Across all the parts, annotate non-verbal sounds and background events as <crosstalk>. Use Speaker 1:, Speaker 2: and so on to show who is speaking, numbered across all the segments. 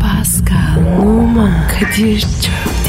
Speaker 1: Pascal, Oman, Kadir çok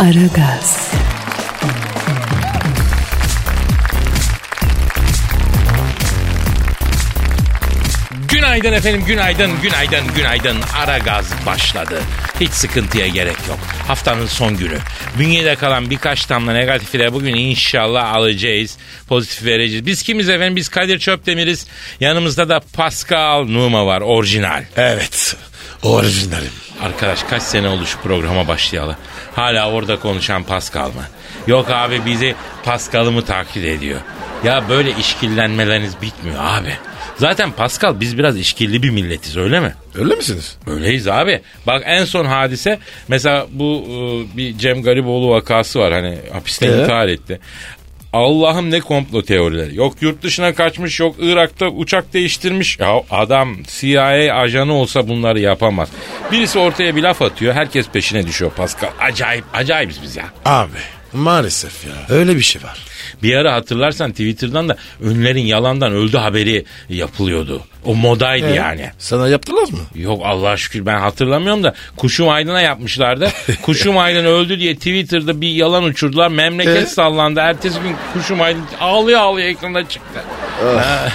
Speaker 1: Aragaz,
Speaker 2: Günaydın efendim, günaydın, günaydın, günaydın. Ara gaz başladı. Hiç sıkıntıya gerek yok. Haftanın son günü. Bünyede kalan birkaç damla negatifi bugün inşallah alacağız. Pozitif vereceğiz. Biz kimiz efendim? Biz Kadir Çöpdemir'iz. Yanımızda da Pascal Numa var, orijinal.
Speaker 3: Evet. Orijinalim.
Speaker 2: Arkadaş kaç sene oldu şu programa başlayalı. Hala orada konuşan Pascal mı? Yok abi bizi Pascal'ı mı taklit ediyor? Ya böyle işkillenmeleriniz bitmiyor abi. Zaten Pascal biz biraz işkilli bir milletiz öyle mi?
Speaker 3: Öyle misiniz?
Speaker 2: Öyleyiz abi. Bak en son hadise mesela bu e, bir Cem Gariboğlu vakası var hani hapisten
Speaker 3: Ee?
Speaker 2: intihar etti. Allah'ım ne komplo teorileri. Yok yurt dışına kaçmış, yok Irak'ta uçak değiştirmiş. Ya adam CIA ajanı olsa bunları yapamaz. Birisi ortaya bir laf atıyor, herkes peşine düşüyor Pascal. Acayip, acayibiz biz ya.
Speaker 3: Abi maalesef ya. Öyle bir şey var.
Speaker 2: Bir ara hatırlarsan Twitter'dan da ünlerin yalandan öldü haberi yapılıyordu. O modaydı yani.
Speaker 3: Sana yaptılar mı?
Speaker 2: Yok Allah'a şükür ben hatırlamıyorum da Kuşum Aydın'a yapmışlardı. Kuşum Aydın öldü diye Twitter'da bir yalan uçurdular. Memleket
Speaker 3: E?
Speaker 2: sallandı. Ertesi gün Kuşum Aydın ağlıyor ağlıyor ekrana çıktı. Ha.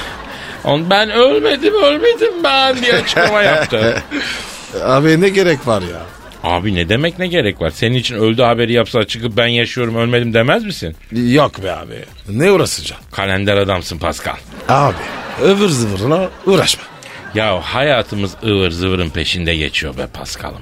Speaker 2: On ben ölmedim ölmedim ben diye açıklama yaptı.
Speaker 3: Abi ne gerek var ya?
Speaker 2: Abi ne demek ne gerek var? Senin için öldü haberi yapsa çıkıp ben yaşıyorum ölmedim demez misin?
Speaker 3: Yok be abi. Ne uğraşacağım?
Speaker 2: Kalender adamsın Pascal.
Speaker 3: Abi ıvır zıvırına uğraşma.
Speaker 2: Ya hayatımız ıvır zıvırın peşinde geçiyor be Paskal'ım.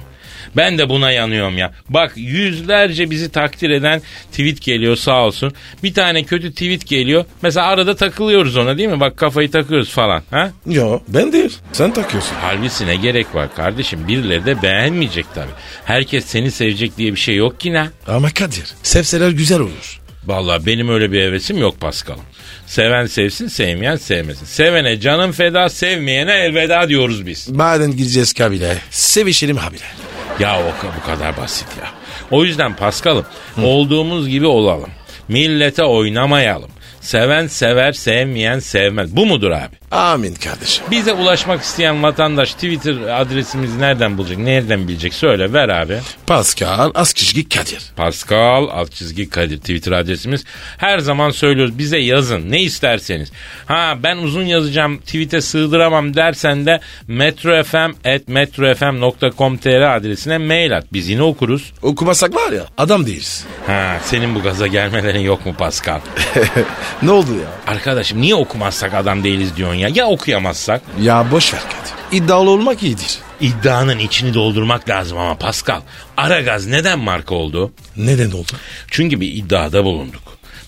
Speaker 2: Ben de buna yanıyorum ya. Bak yüzlerce bizi takdir eden tweet geliyor sağ olsun. Bir tane kötü tweet geliyor. Mesela arada takılıyoruz ona değil mi? Bak kafayı takıyoruz falan. Ha?
Speaker 3: Yo ben değil. Sen takıyorsun.
Speaker 2: Halbuki ne gerek var kardeşim? Birileri de beğenmeyecek tabii. Herkes seni sevecek diye bir şey yok ki ne?
Speaker 3: Ama Kadir sevseler güzel olur.
Speaker 2: Vallahi benim öyle bir hevesim yok Paskal'ım. Seven sevsin, sevmeyen sevmesin. Sevene canım feda, sevmeyene elveda diyoruz biz.
Speaker 3: Madem gireceğiz kabile. Sevişelim habire.
Speaker 2: Ya o ka- bu kadar basit ya. O yüzden Paskal'ım olduğumuz gibi olalım. Millete oynamayalım. Seven sever, sevmeyen sevmez. Bu mudur abi?
Speaker 3: Amin kardeşim.
Speaker 2: Bize ulaşmak isteyen vatandaş Twitter adresimizi nereden bulacak? Nereden bilecek? Söyle ver abi.
Speaker 3: Pascal Askışgi Kadir.
Speaker 2: Pascal alt çizgi Kadir Twitter adresimiz. Her zaman söylüyoruz bize yazın ne isterseniz. Ha ben uzun yazacağım tweet'e sığdıramam dersen de metrofm.metrofm.com.tr adresine mail at. Biz yine okuruz.
Speaker 3: Okumasak var ya adam değiliz.
Speaker 2: Ha, senin bu gaza gelmelerin yok mu Pascal?
Speaker 3: <laughs> ne oldu ya?
Speaker 2: Arkadaşım niye okumazsak adam değiliz diyorsun ya? Ya okuyamazsak?
Speaker 3: Ya boş ver Kadir. İddialı olmak iyidir.
Speaker 2: İddianın içini doldurmak lazım ama Pascal. Aragaz neden marka oldu?
Speaker 3: Neden oldu?
Speaker 2: Çünkü bir iddiada bulunduk.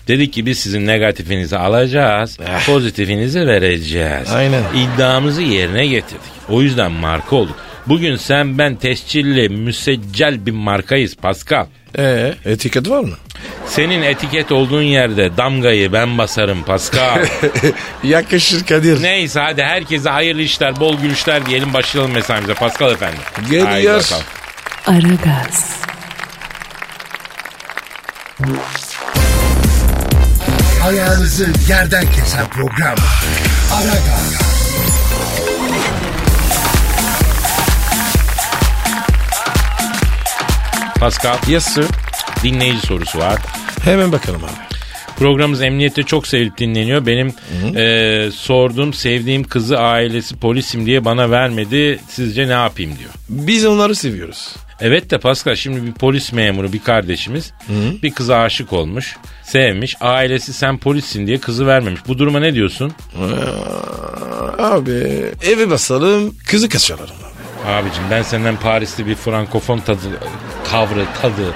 Speaker 2: Dedik ki biz sizin negatifinizi alacağız, pozitifinizi vereceğiz.
Speaker 3: Aynen.
Speaker 2: İddiamızı yerine getirdik. O yüzden marka olduk. Bugün sen ben tescilli, müseccel bir markayız Pascal.
Speaker 3: Ee, etiket var mı?
Speaker 2: Senin etiket olduğun yerde damgayı ben basarım Pascal.
Speaker 3: <laughs> Yakışır Kadir.
Speaker 2: Neyse hadi herkese hayırlı işler, bol gülüşler diyelim. Başlayalım mesaimize Pascal efendi.
Speaker 3: Geliyor.
Speaker 2: Haydi bakalım.
Speaker 1: Aragaz,
Speaker 4: ayağınızı yerden kesen program. Aragaz.
Speaker 2: Pascal
Speaker 3: Yes sir.
Speaker 2: dinleyici sorusu var.
Speaker 3: Hemen bakalım abi.
Speaker 2: Programımız emniyette çok sevilip dinleniyor. Benim eee sorduğum sevdiğim kızı ailesi polisim diye bana vermedi. Sizce ne yapayım diyor.
Speaker 3: Biz onları seviyoruz.
Speaker 2: Evet de Pascal şimdi bir polis memuru bir kardeşimiz bir kıza aşık olmuş, sevmiş. Ailesi sen polissin diye kızı vermemiş. Bu duruma ne diyorsun?
Speaker 3: Abi evi basalım kızı kaçıralım abi.
Speaker 2: Abicim ben senden Paris'te bir frankofon tadı, kavrı, tadı,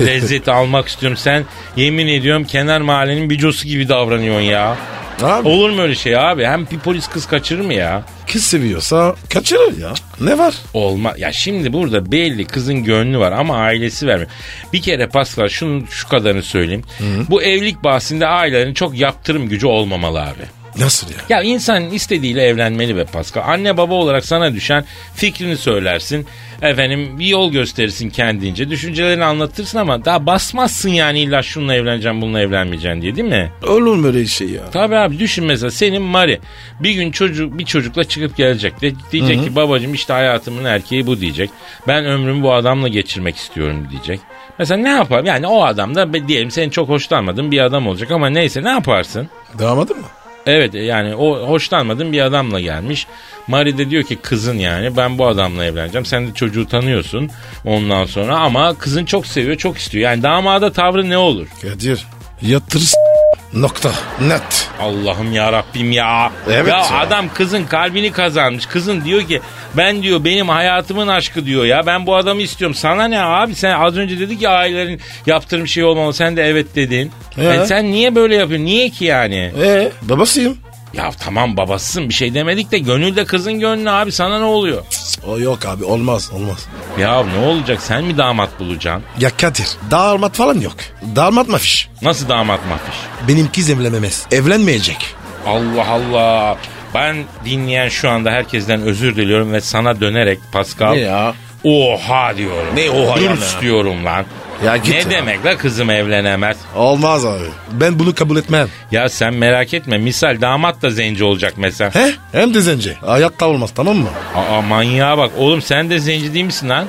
Speaker 2: lezzeti almak istiyorum. Sen yemin ediyorum kenar mahallenin bicosu gibi davranıyorsun ya.
Speaker 3: Abi
Speaker 2: Olur mu öyle şey abi? Hem bir polis kız kaçırır mı ya?
Speaker 3: kız seviyorsa kaçırır ya. Ne var?
Speaker 2: Olma. Ya şimdi burada belli kızın gönlü var ama ailesi vermiyor. Bir kere Pascal şunu şu kadarını söyleyeyim. Bu evlilik bahsinde ailelerin çok yaptırım gücü olmamalı abi.
Speaker 3: Nasıl ya?
Speaker 2: Ya insan istediğiyle evlenmeli be Pascal. Anne baba olarak sana düşen fikrini söylersin. Efendim bir yol gösterirsin kendince. Düşüncelerini anlatırsın ama daha basmazsın yani illa şununla evleneceğim bununla evlenmeyeceğim diye değil mi?
Speaker 3: Olur mu öyle şey ya?
Speaker 2: Tabii abi düşün mesela senin Mari bir gün çocuk bir çocukla çıkıp gelecek ve diyecek ki babacığım işte hayatımın erkeği bu diyecek. Ben ömrümü bu adamla geçirmek istiyorum diyecek. Mesela ne yapar? Yani o adam da be- diyelim senin çok hoşlanmadığın bir adam olacak ama neyse ne yaparsın?
Speaker 3: Damadı mı?
Speaker 2: Evet yani o hoşlanmadığın bir adamla gelmiş. Mari de diyor ki kızın yani ben bu adamla evleneceğim. Sen de çocuğu tanıyorsun ondan sonra ama kızın çok seviyor çok istiyor. Yani damada tavrı ne olur?
Speaker 3: Kadir yatırız nokta net.
Speaker 2: Allah'ım ya Rabbim ya.
Speaker 3: Evet
Speaker 2: ya,
Speaker 3: ya.
Speaker 2: adam kızın kalbini kazanmış. Kızın diyor ki ben diyor benim hayatımın aşkı diyor ya. Ben bu adamı istiyorum. Sana ne abi? Sen az önce dedi ki ailelerin yaptırım şey olmamalı. Sen de evet dedin.
Speaker 3: Ee?
Speaker 2: E sen niye böyle yapıyorsun? Niye ki yani?
Speaker 3: Ee babasıyım.
Speaker 2: Ya tamam babasısın bir şey demedik de gönülde kızın gönlü abi sana ne oluyor?
Speaker 3: O yok abi olmaz olmaz.
Speaker 2: Ya ne olacak sen mi damat bulacaksın?
Speaker 3: Ya Kadir damat falan yok. Damat mafiş.
Speaker 2: Nasıl damat mafiş?
Speaker 3: Benim kız evlenmemez. Evlenmeyecek.
Speaker 2: Allah Allah. Ben dinleyen şu anda herkesten özür diliyorum ve sana dönerek Pascal.
Speaker 3: Ne ya?
Speaker 2: Oha diyorum.
Speaker 3: Ne oha
Speaker 2: Dürüst
Speaker 3: yani?
Speaker 2: diyorum lan.
Speaker 3: Ya git
Speaker 2: ne
Speaker 3: ya.
Speaker 2: demek la kızım evlenemez.
Speaker 3: Olmaz abi. Ben bunu kabul etmem.
Speaker 2: Ya sen merak etme misal damat da zenci olacak mesela.
Speaker 3: He? Hem de zenci. Ayakta olmaz tamam mı?
Speaker 2: Aa manyağa bak oğlum sen de zenci değil misin lan?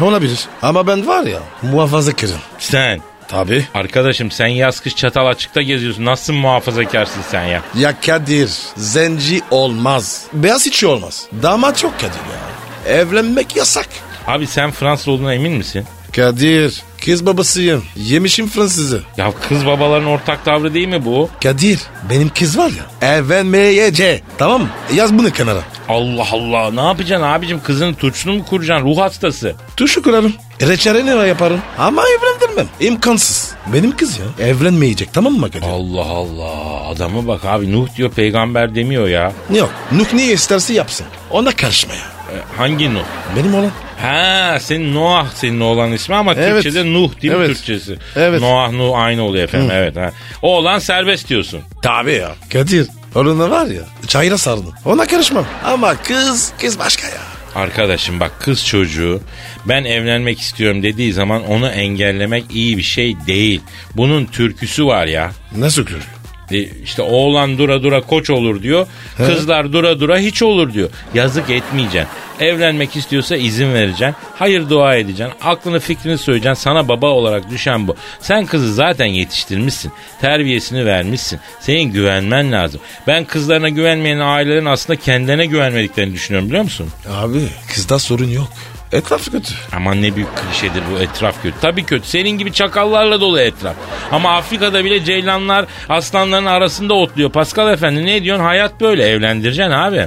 Speaker 3: E, Olabilir. Ama ben var ya muhafazakarım.
Speaker 2: Sen.
Speaker 3: Tabii.
Speaker 2: Arkadaşım sen yaz kış çatal açıkta geziyorsun. Nasıl muhafazakarsın sen ya?
Speaker 3: Ya Kadir zenci olmaz. Beyaz hiç şey olmaz. Damat yok Kadir ya. Evlenmek yasak.
Speaker 2: Abi sen Fransız olduğuna emin misin?
Speaker 3: Kadir kız babasıyım. Yemişim Fransızı.
Speaker 2: Ya kız babaların ortak tavrı değil mi bu?
Speaker 3: Kadir benim kız var ya. Evlenmeyece. Tamam mı? Yaz bunu kenara.
Speaker 2: Allah Allah ne yapacaksın abicim kızının turşunu mu kuracaksın ruh hastası?
Speaker 3: Tuşu kurarım. Reçeli ne yaparım? Ama evlendirmem. İmkansız. Benim kız ya. Evlenmeyecek tamam mı Kadir?
Speaker 2: Allah Allah adamı bak abi Nuh diyor peygamber demiyor ya.
Speaker 3: Yok. Nuk ne isterse yapsın. Ona karışma ya.
Speaker 2: E, hangi Nuh?
Speaker 3: Benim olan.
Speaker 2: Ha senin Noah senin oğlan ismi ama
Speaker 3: Evet.
Speaker 2: Türkçe'de Nuh değil mi
Speaker 3: Evet.
Speaker 2: Türkçesi?
Speaker 3: Evet.
Speaker 2: Noah Nuh aynı oluyor efendim evet ha. Oğlan serbest diyorsun.
Speaker 3: Tabii ya. Kadir. Oğluna var ya. Çayıra sardım. Ona karışmam. Ama kız, kız başka ya.
Speaker 2: Arkadaşım bak kız çocuğu ben evlenmek istiyorum dediği zaman onu engellemek iyi bir şey değil. Bunun türküsü var ya.
Speaker 3: Nasıl görüyor?
Speaker 2: E, işte oğlan dura dura koç olur diyor. Kızlar dura dura hiç olur diyor. Yazık etmeyeceksin. Evlenmek istiyorsa izin vereceksin. Hayır dua edeceksin. Aklını fikrini söyleyeceksin. Sana baba olarak düşen bu. Sen kızı zaten yetiştirmişsin. Terbiyesini vermişsin. Senin güvenmen lazım. Ben kızlarına güvenmeyen ailelerin aslında kendilerine güvenmediklerini düşünüyorum biliyor musun?
Speaker 3: Abi kızda sorun yok. Etraf kötü.
Speaker 2: Aman ne büyük klişedir bu etraf kötü. Tabii kötü. Senin gibi çakallarla dolu etraf. Ama Afrika'da bile ceylanlar aslanların arasında otluyor. Pascal efendi ne diyorsun? Hayat böyle. Evlendireceksin abi.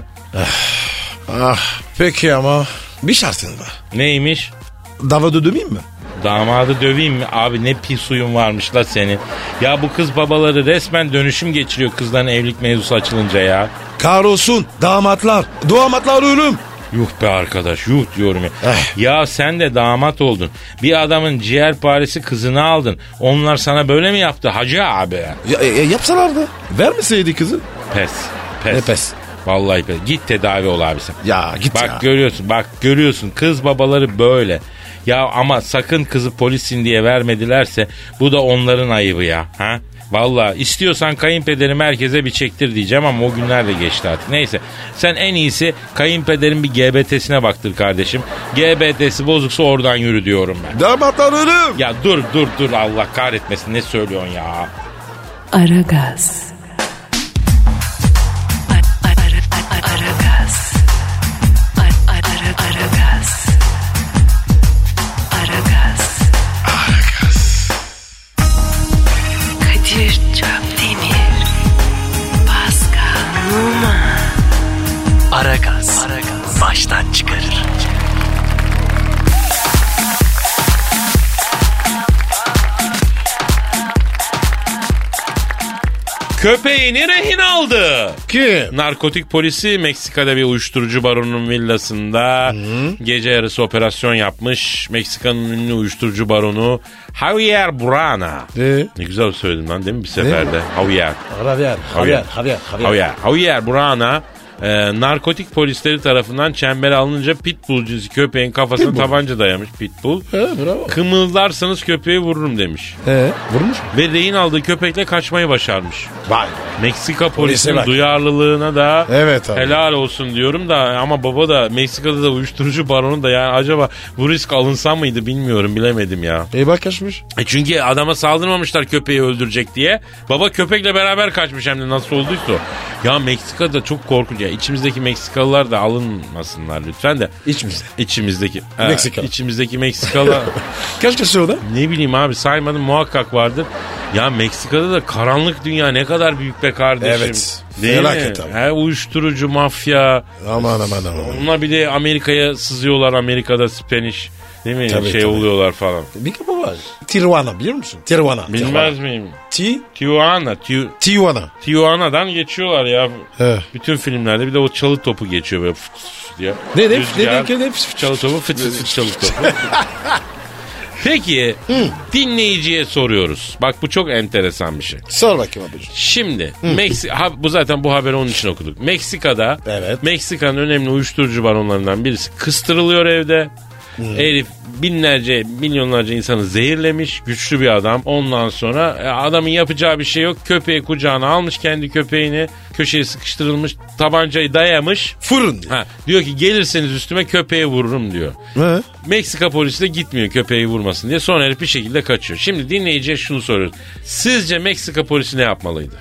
Speaker 3: Ah peki ama bir şartın var.
Speaker 2: Neymiş?
Speaker 3: Davada döveyim mi?
Speaker 2: Damadı döveyim mi? Abi ne pis suyun varmış la senin. Ya bu kız babaları resmen dönüşüm geçiriyor kızların evlilik mevzusu açılınca ya.
Speaker 3: Kahrolsun damatlar. Damatlar ölüm.
Speaker 2: Yuh be arkadaş yuh diyorum ya.
Speaker 3: Eh.
Speaker 2: Ya sen de damat oldun. Bir adamın ciğer paresi kızını aldın. Onlar sana böyle mi yaptı hacı abi?
Speaker 3: Ya, e, yapsalardı. Vermeseydi kızı.
Speaker 2: Pes. Pes.
Speaker 3: Ne pes?
Speaker 2: Vallahi pes. Git tedavi ol abi sen.
Speaker 3: Ya git
Speaker 2: Bak
Speaker 3: ya.
Speaker 2: görüyorsun bak görüyorsun kız babaları böyle. Ya ama sakın kızı polisin diye vermedilerse bu da onların ayıbı ya. Ha? Valla istiyorsan kayınpederim herkese bir çektir diyeceğim ama o günler de geçti artık. Neyse sen en iyisi kayınpederin bir GBT'sine baktır kardeşim. GBT'si bozuksa oradan yürü diyorum ben.
Speaker 3: Damatlar ölüm.
Speaker 2: Ya dur dur dur Allah kahretmesin ne söylüyorsun ya.
Speaker 1: Aragaz. Aragaz. Aragaz. Aragaz. Kadir Çöpdemir. Pascal Numa.
Speaker 5: Aragaz. Baştan çıkarır.
Speaker 2: Köpeğini rehin aldı.
Speaker 3: Kim?
Speaker 2: Narkotik polisi Meksika'da bir uyuşturucu baronunun villasında gece yarısı operasyon yapmış. Meksika'nın ünlü uyuşturucu baronu Javier Burana.
Speaker 3: Ee?
Speaker 2: Ne güzel söyledim lan değil mi bir seferde? Javier.
Speaker 3: Javier. Javier. Javier. Javier.
Speaker 2: Javier. Javier Burana e, narkotik polisleri tarafından çembere alınınca pitbull cinsi köpeğin kafasına tabanca dayamış pitbull.
Speaker 3: He, bravo.
Speaker 2: Kımıldarsanız köpeği vururum demiş.
Speaker 3: Ee, vurmuş mu?
Speaker 2: Ve rehin aldığı köpekle kaçmayı başarmış.
Speaker 3: Vay.
Speaker 2: Meksika polisinin
Speaker 3: bak.
Speaker 2: duyarlılığına da
Speaker 3: Evet abi.
Speaker 2: helal olsun diyorum da ama baba da Meksika'da da uyuşturucu baronu da yani acaba bu risk alınsa mıydı bilmiyorum bilemedim ya.
Speaker 3: İyi bak kaçmış.
Speaker 2: E çünkü adama saldırmamışlar köpeği öldürecek diye. Baba köpekle beraber kaçmış hem de nasıl olduysa. o. Ya Meksika'da çok korkunç ya. İçimizdeki Meksikalılar da alınmasınlar lütfen de.
Speaker 3: İçmişti.
Speaker 2: İçimizdeki.
Speaker 3: Meksikalı. <laughs>
Speaker 2: İçimizdeki Meksikalılar.
Speaker 3: Kaç kişi orada?
Speaker 2: Ne bileyim abi saymadım muhakkak vardır. Ya Meksika'da da karanlık dünya ne kadar büyük be kardeşim.
Speaker 3: Evet.
Speaker 2: Değil
Speaker 3: Felaket
Speaker 2: mi?
Speaker 3: abi.
Speaker 2: He, uyuşturucu, mafya.
Speaker 3: Aman aman aman.
Speaker 2: Bunlar bir de Amerika'ya sızıyorlar Amerika'da Spanish. Değil mi?
Speaker 3: Tabii,
Speaker 2: şey
Speaker 3: tabii.
Speaker 2: oluyorlar falan.
Speaker 3: Bir kapı var. Tijuana biliyor musun? Tijuana.
Speaker 2: Bilmez miyim?
Speaker 3: Ti
Speaker 2: Tijuana. Ti-
Speaker 3: Tijuana.
Speaker 2: Tijuana'dan geçiyorlar ya.
Speaker 3: He.
Speaker 2: Bütün filmlerde bir de o çalı topu geçiyor böyle fıs fıs diye.
Speaker 3: Ne ne?
Speaker 2: Rüzgar,
Speaker 3: Ne ne? ne? Fıs fıs.
Speaker 2: Çalı topu fıt fıt fıt çalı
Speaker 3: <laughs>
Speaker 2: topu. Peki dinleyiciye soruyoruz. Bak bu çok enteresan bir şey.
Speaker 3: Sor bakayım abi.
Speaker 2: Şimdi Meksi ha, bu zaten bu haberi onun için okuduk. Meksika'da
Speaker 3: Evet.
Speaker 2: Meksika'nın önemli uyuşturucu baronlarından birisi kıstırılıyor evde. Herif binlerce milyonlarca insanı zehirlemiş güçlü bir adam. Ondan sonra e, adamın yapacağı bir şey yok. Köpeği kucağına almış kendi köpeğini köşeye sıkıştırılmış tabancayı dayamış.
Speaker 3: Fırın. diye.
Speaker 2: Ha, diyor ki gelirseniz üstüme köpeği vururum diyor.
Speaker 3: He.
Speaker 2: Meksika polisi de gitmiyor köpeği vurmasın diye. Sonra herif bir şekilde kaçıyor. Şimdi dinleyiciye şunu soruyoruz. Sizce Meksika polisi ne yapmalıydı?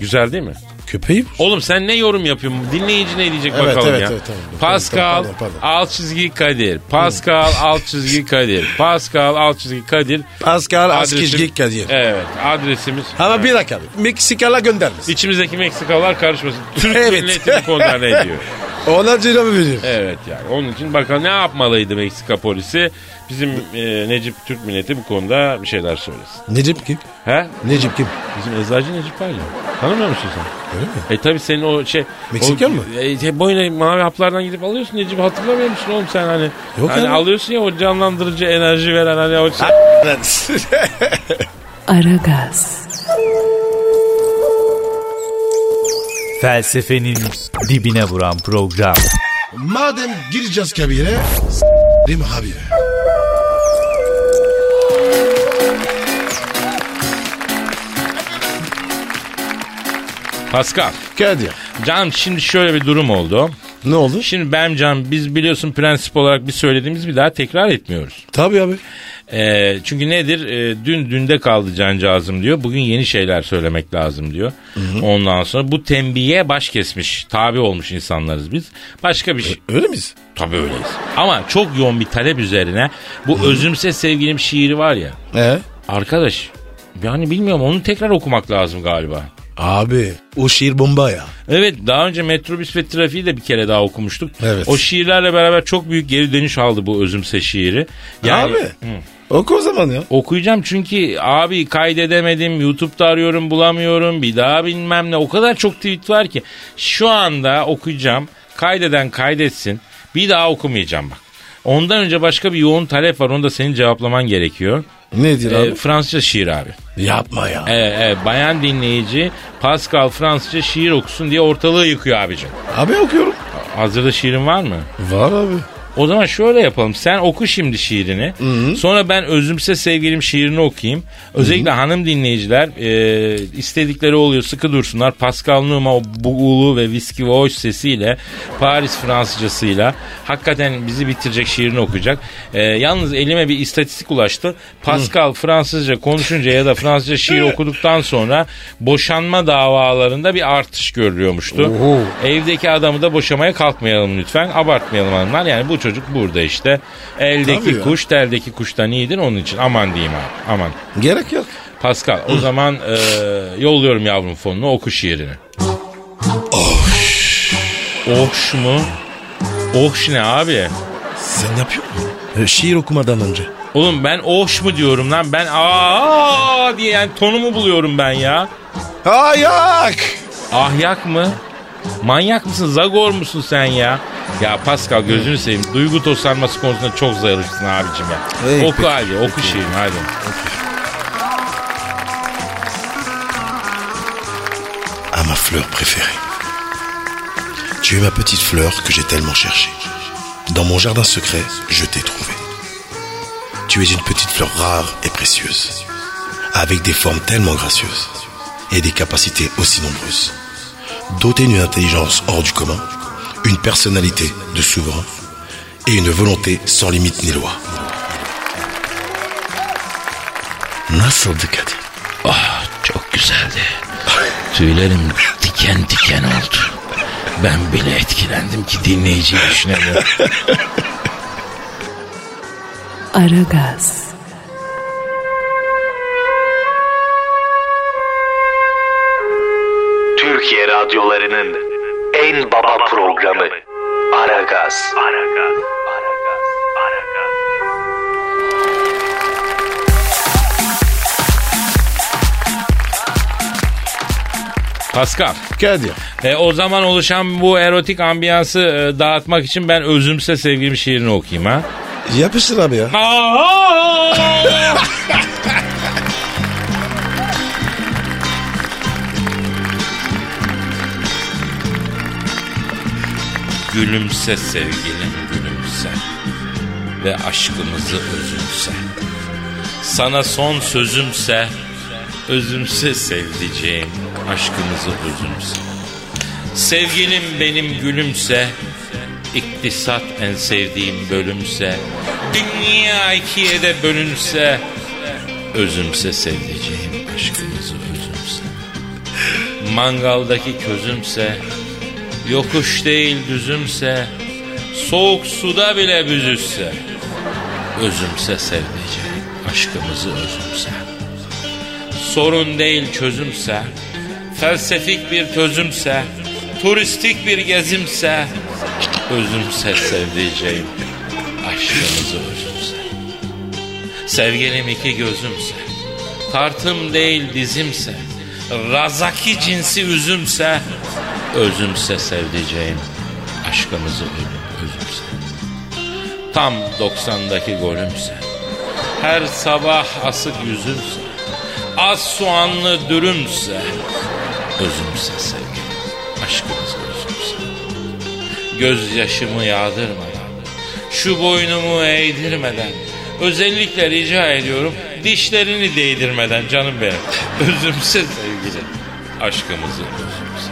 Speaker 2: Güzel değil mi?
Speaker 3: Köpeği mi?
Speaker 2: Oğlum sen ne yorum yapıyorsun? Dinleyici ne diyecek
Speaker 3: Evet,
Speaker 2: bakalım
Speaker 3: evet,
Speaker 2: ya.
Speaker 3: evet, tamam. Tamam,
Speaker 2: Pascal
Speaker 3: tamam, pardon,
Speaker 2: alt çizgi Kadir. Pascal
Speaker 3: Hmm.
Speaker 2: alt çizgi Kadir. Pascal alt çizgi Kadir.
Speaker 3: Pascal
Speaker 2: Adresim-
Speaker 3: Askizgi Kadir.
Speaker 2: Evet adresimiz.
Speaker 3: Ama
Speaker 2: Evet.
Speaker 3: bir dakika abi. Meksikalı göndermesin.
Speaker 2: İçimizdeki Meksikalılar karışmasın. Türk
Speaker 3: Evet.
Speaker 2: milletini kondane ediyor.
Speaker 3: <laughs> Ona cilo mu veriyor?
Speaker 2: Evet yani onun için bakalım ne yapmalıydı Meksika polisi? Bizim e, Necip Türk milleti bu konuda bir şeyler söylesin.
Speaker 3: Necip kim?
Speaker 2: He?
Speaker 3: Necip kim?
Speaker 2: Bizim eczacı Necip var ya. Tanımıyor musun sen?
Speaker 3: Öyle mi?
Speaker 2: E tabi senin o şey...
Speaker 3: Meksikan
Speaker 2: o-
Speaker 3: mı?
Speaker 2: E, te- boyuna mavi haplardan gidip alıyorsun Necip hatırlamıyor musun oğlum sen hani?
Speaker 3: Yok
Speaker 2: hani
Speaker 3: abi.
Speaker 2: alıyorsun ya o canlandırıcı enerji veren hani o...
Speaker 1: Aragaz,
Speaker 6: Felsefenin dibine vuran program.
Speaker 3: <laughs> Madem gireceğiz kabire. Değil mi abi?
Speaker 2: Pascal.
Speaker 3: Kadir.
Speaker 2: Can şimdi şöyle bir durum oldu.
Speaker 3: Ne oldu?
Speaker 2: Şimdi ben Can biz biliyorsun prensip olarak bir söylediğimiz bir daha tekrar etmiyoruz.
Speaker 3: Tabii abi.
Speaker 2: Ee, çünkü nedir? Ee, dün dünde kaldı cancağızım diyor. Bugün yeni şeyler söylemek lazım diyor. Ondan sonra bu tembiye baş kesmiş, tabi olmuş insanlarız biz. Başka bir şey.
Speaker 3: Öyle miyiz?
Speaker 2: Tabii öyleyiz. Ama çok yoğun bir talep üzerine bu özümse sevgilim şiiri var ya.
Speaker 3: Ee?
Speaker 2: Arkadaş yani bilmiyorum onu tekrar okumak lazım galiba.
Speaker 3: Abi o şiir bomba ya.
Speaker 2: Evet daha önce metrobüs ve trafiği de bir kere daha okumuştuk.
Speaker 3: Evet.
Speaker 2: O şiirlerle beraber çok büyük geri dönüş aldı bu özümse şiiri. Yani,
Speaker 3: Abi. Oku o zaman ya.
Speaker 2: Okuyacağım çünkü abi kaydedemedim, YouTube'da arıyorum bulamıyorum, bir daha bilmem ne. O kadar çok tweet var ki. Şu anda okuyacağım, kaydeden kaydetsin, bir daha okumayacağım bak. Ondan önce başka bir yoğun talep var, onu da senin cevaplaman gerekiyor.
Speaker 3: Nedir
Speaker 2: Ee, Fransızca şiir abi.
Speaker 3: Yapma ya.
Speaker 2: Ee, e, bayan dinleyici Pascal Fransızca şiir okusun diye ortalığı yıkıyor abicim.
Speaker 3: Abi okuyorum.
Speaker 2: Hazırda şiirin var mı?
Speaker 3: Var abi.
Speaker 2: O zaman şöyle yapalım. Sen oku şimdi şiirini. Sonra ben özümse sevgilim şiirini okuyayım. Özellikle hanım dinleyiciler e, istedikleri oluyor. Sıkı dursunlar. Pascal Numa o buğulu ve viski voice sesiyle Paris Fransızcasıyla hakikaten bizi bitirecek şiirini okuyacak. E, yalnız elime bir istatistik ulaştı. Pascal Fransızca konuşunca ya da Fransızca şiir okuduktan sonra boşanma davalarında bir artış görülüyormuştu.
Speaker 3: Oho.
Speaker 2: Evdeki adamı da boşamaya kalkmayalım lütfen. Abartmayalım hanımlar. Yani bu çocuk burada işte.
Speaker 3: Tabii
Speaker 2: Eldeki
Speaker 3: ya.
Speaker 2: kuş, teldeki kuştan iyidir onun için. Aman diyeyim abi. Aman.
Speaker 3: Gerek yok.
Speaker 2: Pascal o zaman e, yolluyorum yavrum fonunu oku şiirini. Ohş mu? Ohş ne abi?
Speaker 3: Sen yapıyor musun? Ee, Şiir okumadan önce.
Speaker 2: Oğlum ben hoş mu diyorum lan ben aa diye yani tonumu buluyorum ben ya.
Speaker 3: Ayak.
Speaker 2: Ahyak mı? Manyak mısın? Zagor musun sen ya? Ya Pascal gözünü seveyim. Duygu tosarması konusunda çok zayıfsın abicim ya.
Speaker 3: Ey,
Speaker 2: oku
Speaker 3: peki,
Speaker 2: hadi, oku şeyim hadi.
Speaker 7: à ma fleur préférée. Tu es ma petite fleur que j'ai tellement cherchée. Dans mon jardin secret, je t'ai trouvée. Tu es une petite fleur rare et précieuse, avec des formes tellement gracieuses et des capacités aussi nombreuses. Dotée d'une intelligence hors du commun, une personnalité de souverain et une volonté sans limite ni loi. Nasıl dikkat?
Speaker 2: Ah çok güzeldi. Tüylerim diken diken oldu. Ben bile etkilendim ki dinleyiciyi düşünemiyorum.
Speaker 1: Aragaz,
Speaker 8: Türkiye radyolarının en baba programı Aragaz.
Speaker 2: Pascal,
Speaker 3: Kadir.
Speaker 2: e, o zaman oluşan bu erotik ambiyansı e, dağıtmak için ben özümse sevgilim şiirini okuyayım ha.
Speaker 3: Yapıştır abi ya.
Speaker 2: Aa! gülümse sevgilim gülümse ve aşkımızı özümse. Sana son sözümse özümse sevdiceğim aşkımızı özümse. Sevgilim benim gülümse iktisat en sevdiğim bölümse Dünya ikiye de bölünse Özümse sevdiceğim aşkımızı özümse Mangaldaki közümse Yokuş değil düzümse Soğuk suda bile büzüşse Özümse sevdiceğim aşkımızı özümse Sorun değil çözümse Felsefik bir tözümse Turistik bir gezimse Özümse sevdiceğim Aşkımızı özümse Sevgilim iki gözümse Kartım değil dizimse Razaki cinsi üzümse Özümse sevdiceğim Aşkımızı ö- özümse Tam 90'daki golümse Her sabah asık yüzümse Az soğanlı dürümse Özümse sevgilim Aşkımızı özümse gözyaşımı yağdırmadan, şu boynumu eğdirmeden, özellikle rica ediyorum dişlerini değdirmeden canım benim. Özümse sevgili aşkımızı özümse.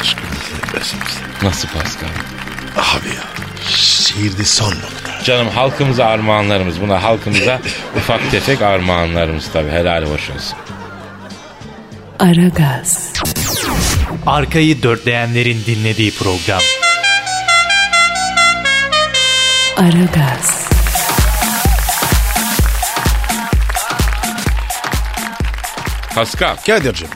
Speaker 7: Aşkımızı özümse.
Speaker 2: Nasıl Pascal?
Speaker 7: Abi ya. Şiirde son nokta.
Speaker 2: Canım halkımıza armağanlarımız buna halkımıza ufak tefek armağanlarımız tabii helal hoş olsun.
Speaker 1: Aragaz,
Speaker 6: Arkayı dörtleyenlerin dinlediği program.
Speaker 1: Aragaz,
Speaker 2: Pascal,
Speaker 3: Kadir'cim.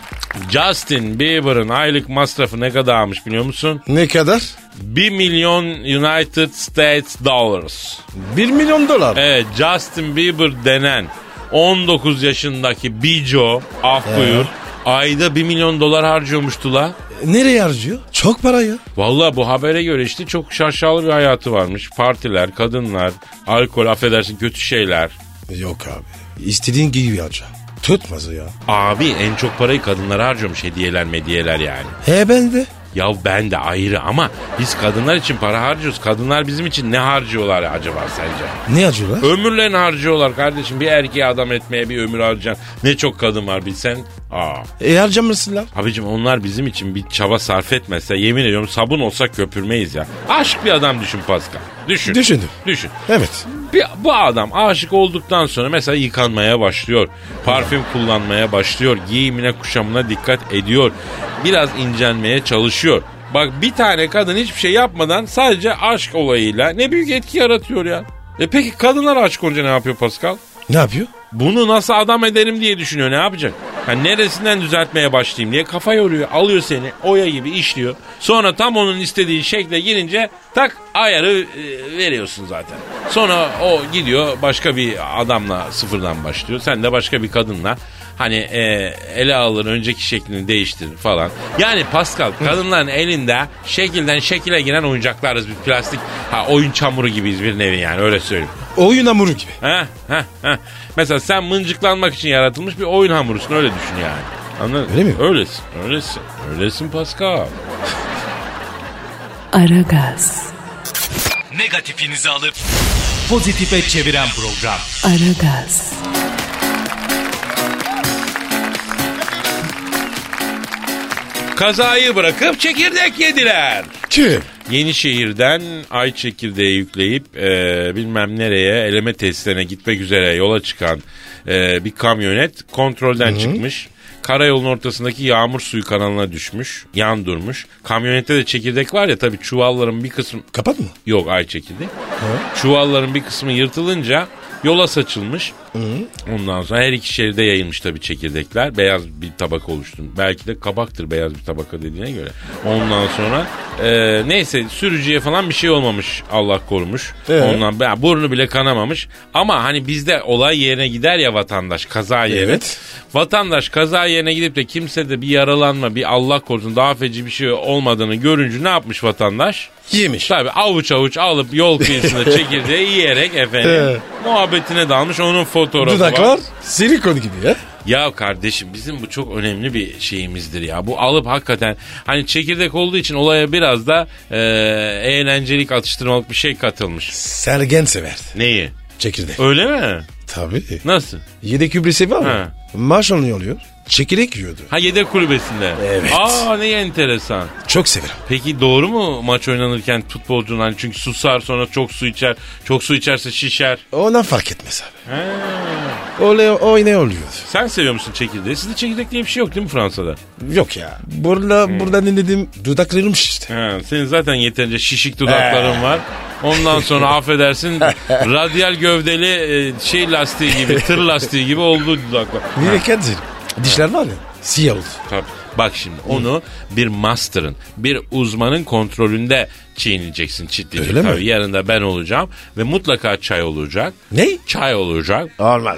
Speaker 2: Justin Bieber'ın aylık masrafı ne kadarmış biliyor musun?
Speaker 3: Ne kadar?
Speaker 2: 1 milyon United States Dollars.
Speaker 3: 1 milyon dolar.
Speaker 2: Evet Justin Bieber denen 19 yaşındaki Bijo af buyur. Ayda 1 milyon dolar harcıyormuştu la.
Speaker 3: Nereye harcıyor? Çok para ya.
Speaker 2: Valla bu habere göre işte çok şaşalı bir hayatı varmış. Partiler, kadınlar, alkol affedersin kötü şeyler.
Speaker 3: Yok abi. İstediğin gibi harca. Tutmaz o ya.
Speaker 2: Abi en çok parayı kadınlara harcıyormuş hediyeler mediyeler yani.
Speaker 3: He ben de.
Speaker 2: Ya ben de ayrı ama biz kadınlar için para harcıyoruz. Kadınlar bizim için ne harcıyorlar acaba sence?
Speaker 3: Ne harcıyorlar?
Speaker 2: Ömürlerini harcıyorlar kardeşim. Bir erkeği adam etmeye bir ömür harcayan ne çok kadın var bilsen. Aa.
Speaker 3: E harcamışsınlar.
Speaker 2: Abicim onlar bizim için bir çaba sarf etmese yemin ediyorum sabun olsa köpürmeyiz ya. Aşık bir adam düşün Pascal. Düşün.
Speaker 3: Düşündüm.
Speaker 2: Düşün.
Speaker 3: Evet.
Speaker 2: Bir, bu adam aşık olduktan sonra mesela yıkanmaya başlıyor. Parfüm kullanmaya başlıyor. Giyimine kuşamına dikkat ediyor. Biraz incelmeye çalışıyor. Bak bir tane kadın hiçbir şey yapmadan sadece aşk olayıyla ne büyük etki yaratıyor ya. E peki kadınlar aşık olunca ne yapıyor Pascal?
Speaker 3: Ne yapıyor?
Speaker 2: Bunu nasıl adam ederim diye düşünüyor ne yapacak? Ha, neresinden düzeltmeye başlayayım diye kafa yoruyor. Alıyor seni oya gibi işliyor. Sonra tam onun istediği şekle girince tak ayarı e, veriyorsun zaten. Sonra o gidiyor başka bir adamla sıfırdan başlıyor. Sen de başka bir kadınla hani e, ele alır önceki şeklini değiştirir falan. Yani Pascal kadınların elinde şekilden şekile giren oyuncaklarız. Bir plastik ha, oyun çamuru gibiyiz bir nevi yani öyle söyleyeyim.
Speaker 3: Oyun hamuru gibi.
Speaker 2: Heh, heh, heh. Mesela sen mıncıklanmak için yaratılmış bir oyun hamurusun öyle düşün yani. Anladın?
Speaker 3: Öyle mi?
Speaker 2: Öylesin, öylesin. Öylesin Pascal.
Speaker 1: Aragaz,
Speaker 6: Negatifinizi alıp pozitife çeviren program.
Speaker 1: Aragaz,
Speaker 2: Kazayı bırakıp çekirdek yediler.
Speaker 3: Kim?
Speaker 2: Yenişehir'den ay çekirdeği yükleyip e, bilmem nereye eleme testlerine gitmek üzere yola çıkan e, bir kamyonet kontrolden çıkmış. Karayolun ortasındaki yağmur suyu kanalına düşmüş. Yan durmuş. Kamyonette de çekirdek var ya tabii çuvalların bir kısmı
Speaker 3: Kapat mı?
Speaker 2: Yok ay çekirdeği. Çuvalların bir kısmı yırtılınca yola saçılmış. Ondan sonra her iki şeride yayılmış tabii çekirdekler. Beyaz bir tabaka oluştu. Belki de kabaktır beyaz bir tabaka dediğine göre. Ondan sonra e, neyse sürücüye falan bir şey olmamış. Allah korumuş.
Speaker 3: Ee?
Speaker 2: Ondan ya, burnu bile kanamamış. Ama hani bizde olay yerine gider ya vatandaş kaza yerine.
Speaker 3: Evet.
Speaker 2: Vatandaş kaza yerine gidip de kimsede bir yaralanma, bir Allah korusun daha feci bir şey olmadığını görünce ne yapmış vatandaş?
Speaker 3: Yemiş.
Speaker 2: Tabii avuç avuç alıp
Speaker 3: <laughs>
Speaker 2: yol kıyısında çekirdeği yiyerek
Speaker 3: Ee.
Speaker 2: efendim muhabbetine dalmış onun fotoğrafı var.
Speaker 3: Dudaklar silikon gibi ya.
Speaker 2: Ya kardeşim bizim bu çok önemli bir şeyimizdir ya. Bu alıp hakikaten hani çekirdek olduğu için olaya biraz da e, eğlencelik atıştırmalık bir şey katılmış.
Speaker 3: Sergen severdi.
Speaker 2: Neyi?
Speaker 3: Çekirdek.
Speaker 2: Öyle mi?
Speaker 3: Tabii.
Speaker 2: Nasıl?
Speaker 3: Yedek hübresi var mı? Maaş alıyor. Çekirdek yiyordu.
Speaker 2: Ha yedek kulübesinde.
Speaker 3: Evet.
Speaker 2: Aa ne enteresan.
Speaker 3: Çok severim.
Speaker 2: Peki doğru mu maç oynanırken futbolcunun hani çünkü susar sonra çok su içer. Çok su içerse şişer.
Speaker 3: Ona fark etmez abi. Oley, o ne oluyor?
Speaker 2: Sen seviyor musun çekirdeği? Sizde çekirdek diye bir şey yok değil mi Fransa'da?
Speaker 3: Yok ya. Burada, Buradan dinledim. Dudaklarım şişti.
Speaker 2: Ha, senin zaten yeterince şişik dudakların var.
Speaker 3: <laughs>
Speaker 2: Ondan sonra affedersin radyal gövdeli e, şey lastiği gibi,
Speaker 3: <laughs>
Speaker 2: tır lastiği gibi oldu dudaklar.
Speaker 3: Bir de kendim. Dişler var ya. Siyah oldu.
Speaker 2: Tabii. Bak şimdi onu bir master'ın, bir uzmanın kontrolünde çiğneyeceksin çitleyecek.
Speaker 3: Öyle mi?
Speaker 2: Tabii yanında ben olacağım ve mutlaka çay olacak.
Speaker 3: Ne?
Speaker 2: Çay olacak
Speaker 3: Normal.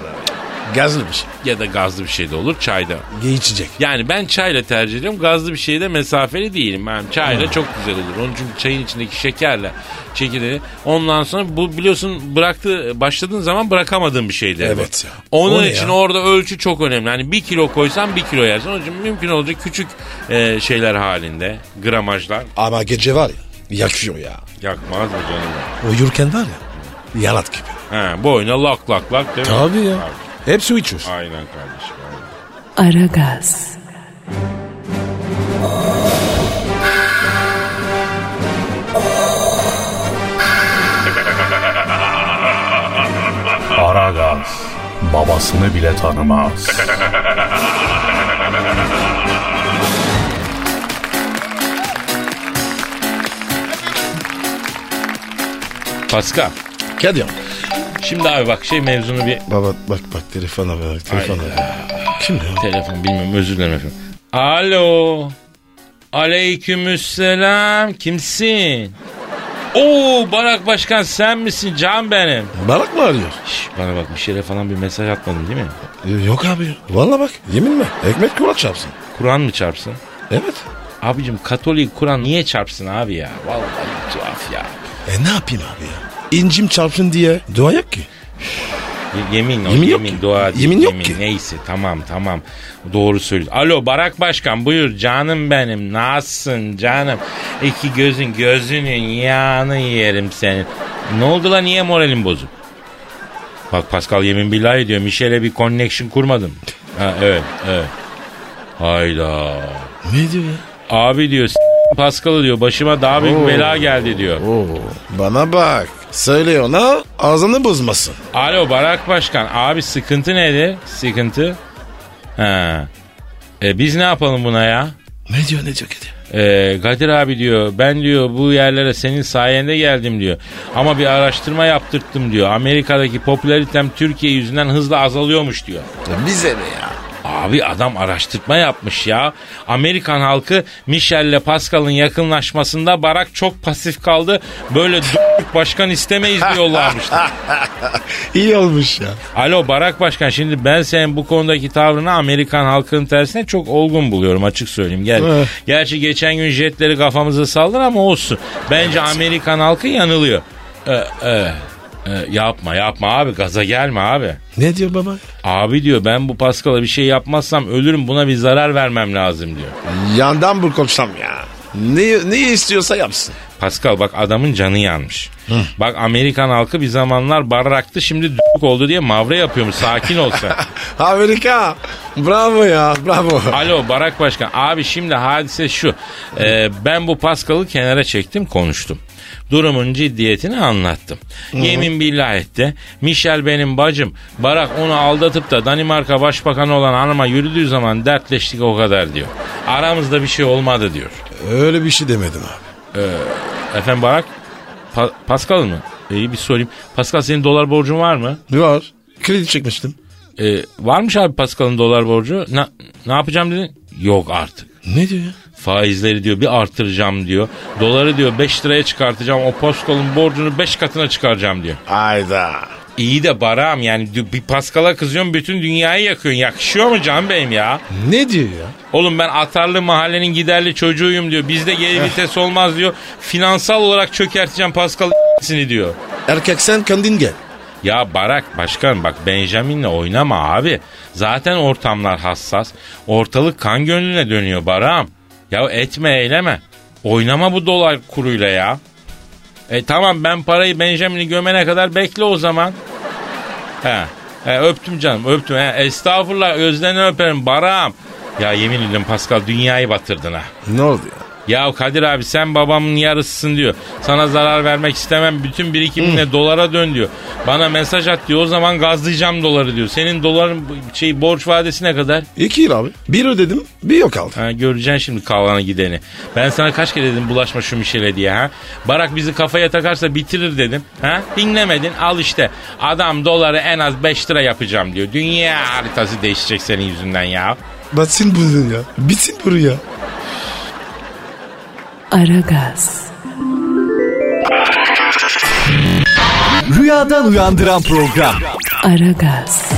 Speaker 3: Gazlı bir şey.
Speaker 2: ya da gazlı bir şey de olur çayda.
Speaker 3: Ye içecek.
Speaker 2: Yani ben çayla tercih ediyorum. Gazlı bir şeyde mesafeli değilim. Ben çayla çok güzel olur. Onun çünkü çayın içindeki şekerle çekirdeği. Ondan sonra bu biliyorsun bıraktı başladığın zaman bırakamadığın bir şeydi.
Speaker 3: Evet ya.
Speaker 2: Onun
Speaker 3: O ne
Speaker 2: için
Speaker 3: ya?
Speaker 2: orada ölçü çok önemli. Hani bir kilo koysan bir kilo yersin. Onun için mümkün olacak küçük e, şeyler halinde. Gramajlar.
Speaker 3: Ama gece var ya. Yakıyor ya.
Speaker 2: Yakmaz mı canım?
Speaker 3: Uyurken var ya. Yalat gibi.
Speaker 2: He, boyuna lak lak lak değil mi?
Speaker 3: Tabii ya. Hep su içiyoruz.
Speaker 2: Aynen kardeşim. aynen.
Speaker 1: Aragaz,
Speaker 8: Aragaz babasını bile tanımaz.
Speaker 2: Pascal.
Speaker 3: Kadir.
Speaker 2: Şimdi abi bak şey mevzunu bir
Speaker 3: Baba bak bak telefona bak telefona. bak. Kim ya?
Speaker 2: Telefon bilmiyorum özür dilerim efendim. Alo. Aleykümselam. Kimsin? Oo Barak Başkan sen misin can benim?
Speaker 3: Barak mı arıyor?
Speaker 2: Şş, bana bak bir şere falan bir mesaj atmadın değil mi?
Speaker 3: Yok abi. Valla bak yemin mi? Ekmek kulak çarpsın.
Speaker 2: Kur'an mı çarpsın?
Speaker 3: Evet.
Speaker 2: Abicim Katolik Kur'an niye çarpsın abi ya? Vallahi tuhaf ya.
Speaker 3: E ne yapayım abi ya? İncim çarpsın diye dua yok ki.
Speaker 2: Y- yemin o, yemin,
Speaker 3: Yemin yok ki.
Speaker 2: dua değil,
Speaker 3: Yemin yok ki.
Speaker 2: Neyse tamam tamam doğru söylüyorsun. Alo Barak Başkan buyur canım benim nasılsın canım? İki gözün gözünün yağını yerim senin. Ne oldu la niye moralin bozuk? Bak Pascal yemin billahi ediyor Mişel'e bir connection kurmadım. Ha, evet evet. Hayda.
Speaker 3: Ne diyor ya?
Speaker 2: Abi diyor s- Pascal'ı diyor başıma daha büyük bela geldi diyor.
Speaker 3: Oo. Bana bak. Söyle ona ağzını bozmasın.
Speaker 2: Alo Barak Başkan. Abi sıkıntı nedir? Sıkıntı. Ha. E, biz ne yapalım buna ya?
Speaker 3: Ne diyor ne diyor Kadir?
Speaker 2: E, Kadir abi diyor ben diyor bu yerlere senin sayende geldim diyor. Ama bir araştırma yaptırttım diyor. Amerika'daki popülaritem Türkiye yüzünden hızla azalıyormuş diyor.
Speaker 3: Ya bize ne ya?
Speaker 2: Abi adam araştırma yapmış ya. Amerikan halkı Michel'le Pascal'ın yakınlaşmasında Barak çok pasif kaldı. Böyle d- başkan istemeyiz diyorlarmış.
Speaker 3: İyi olmuş ya.
Speaker 2: Alo Barak Başkan şimdi ben senin bu konudaki tavrını Amerikan halkının tersine çok olgun buluyorum açık söyleyeyim. Gel.
Speaker 3: Evet.
Speaker 2: Gerçi geçen gün jetleri kafamıza saldır ama olsun. Bence Amerikan halkı yanılıyor. Ee, e, e, yapma yapma abi gaza gelme abi.
Speaker 3: Ne diyor baba?
Speaker 2: Abi diyor ben bu Pascal'a bir şey yapmazsam ölürüm buna bir zarar vermem lazım diyor.
Speaker 3: Yandan bu konuşsam ya. Ne, ne istiyorsa yapsın.
Speaker 2: Pascal bak adamın canı yanmış. Bak Amerikan halkı bir zamanlar barraktı şimdi d**k oldu diye mavra yapıyormuş sakin olsa.
Speaker 3: Amerika. Bravo ya bravo.
Speaker 2: Alo Barak Başkan. Abi şimdi hadise şu. Ee, ben bu Paskal'ı kenara çektim konuştum. Durumun ciddiyetini anlattım. Yemin billah etti. Michel benim bacım. Barak onu aldatıp da Danimarka Başbakanı olan hanıma yürüdüğü zaman dertleştik o kadar diyor. Aramızda bir şey olmadı diyor.
Speaker 3: Öyle bir şey demedim abi.
Speaker 2: Efendim Barak? Pa- Pascal mı? İyi bir sorayım. Pascal senin dolar borcun var mı?
Speaker 3: Ne var? Kredi çekmiştim.
Speaker 2: Ee, varmış abi Pascal'ın dolar borcu. Na- ne yapacağım dedin? Yok artık.
Speaker 3: Ne diyor ya?
Speaker 2: Faizleri diyor bir artıracağım diyor. Doları diyor 5 liraya çıkartacağım. O Pascal'ın borcunu 5 katına çıkaracağım diyor.
Speaker 3: Ayda.
Speaker 2: İyi de Baram yani dü- bir Pascal'a kızıyorsun bütün dünyayı yakıyorsun. Yakışıyor mu Can Bey'im ya?
Speaker 3: Ne diyor ya?
Speaker 2: Oğlum ben atarlı mahallenin giderli çocuğuyum diyor. Bizde geri vites olmaz diyor. Finansal olarak çökerteceğim Pascal'ın <laughs> diyor.
Speaker 3: Erkek sen kendin gel.
Speaker 2: Ya Barak başkan bak Benjamin'le oynama abi. Zaten ortamlar hassas. Ortalık kan gönlüne dönüyor Barak'ım. Ya etme eyleme. Oynama bu dolar kuruyla ya. E tamam ben parayı Benjamin'i gömene kadar bekle o zaman. He, he öptüm canım öptüm. He, estağfurullah özlerini öperim Barak'ım. Ya yemin ediyorum Pascal dünyayı batırdın ha.
Speaker 3: Ne oldu ya?
Speaker 2: Ya Kadir abi sen babamın yarısısın diyor. Sana zarar vermek istemem. Bütün birikimine dolara dön diyor. Bana mesaj at diyor. O zaman gazlayacağım doları diyor. Senin doların bu- şey borç vadesi ne kadar?
Speaker 3: İki yıl abi. Bir ödedim bir yok aldı.
Speaker 2: Ha, göreceksin şimdi kavgana gideni. Ben sana kaç kere dedim bulaşma şu Mişel'e diye ha. Barak bizi kafaya takarsa bitirir dedim. Ha? Dinlemedin al işte. Adam doları en az 5 lira yapacağım diyor. Dünya haritası değişecek senin yüzünden ya.
Speaker 3: Batsın bunu ya. Bitsin bunu ya.
Speaker 1: Aragaz,
Speaker 6: Rüyadan uyandıran program.
Speaker 1: Aragaz,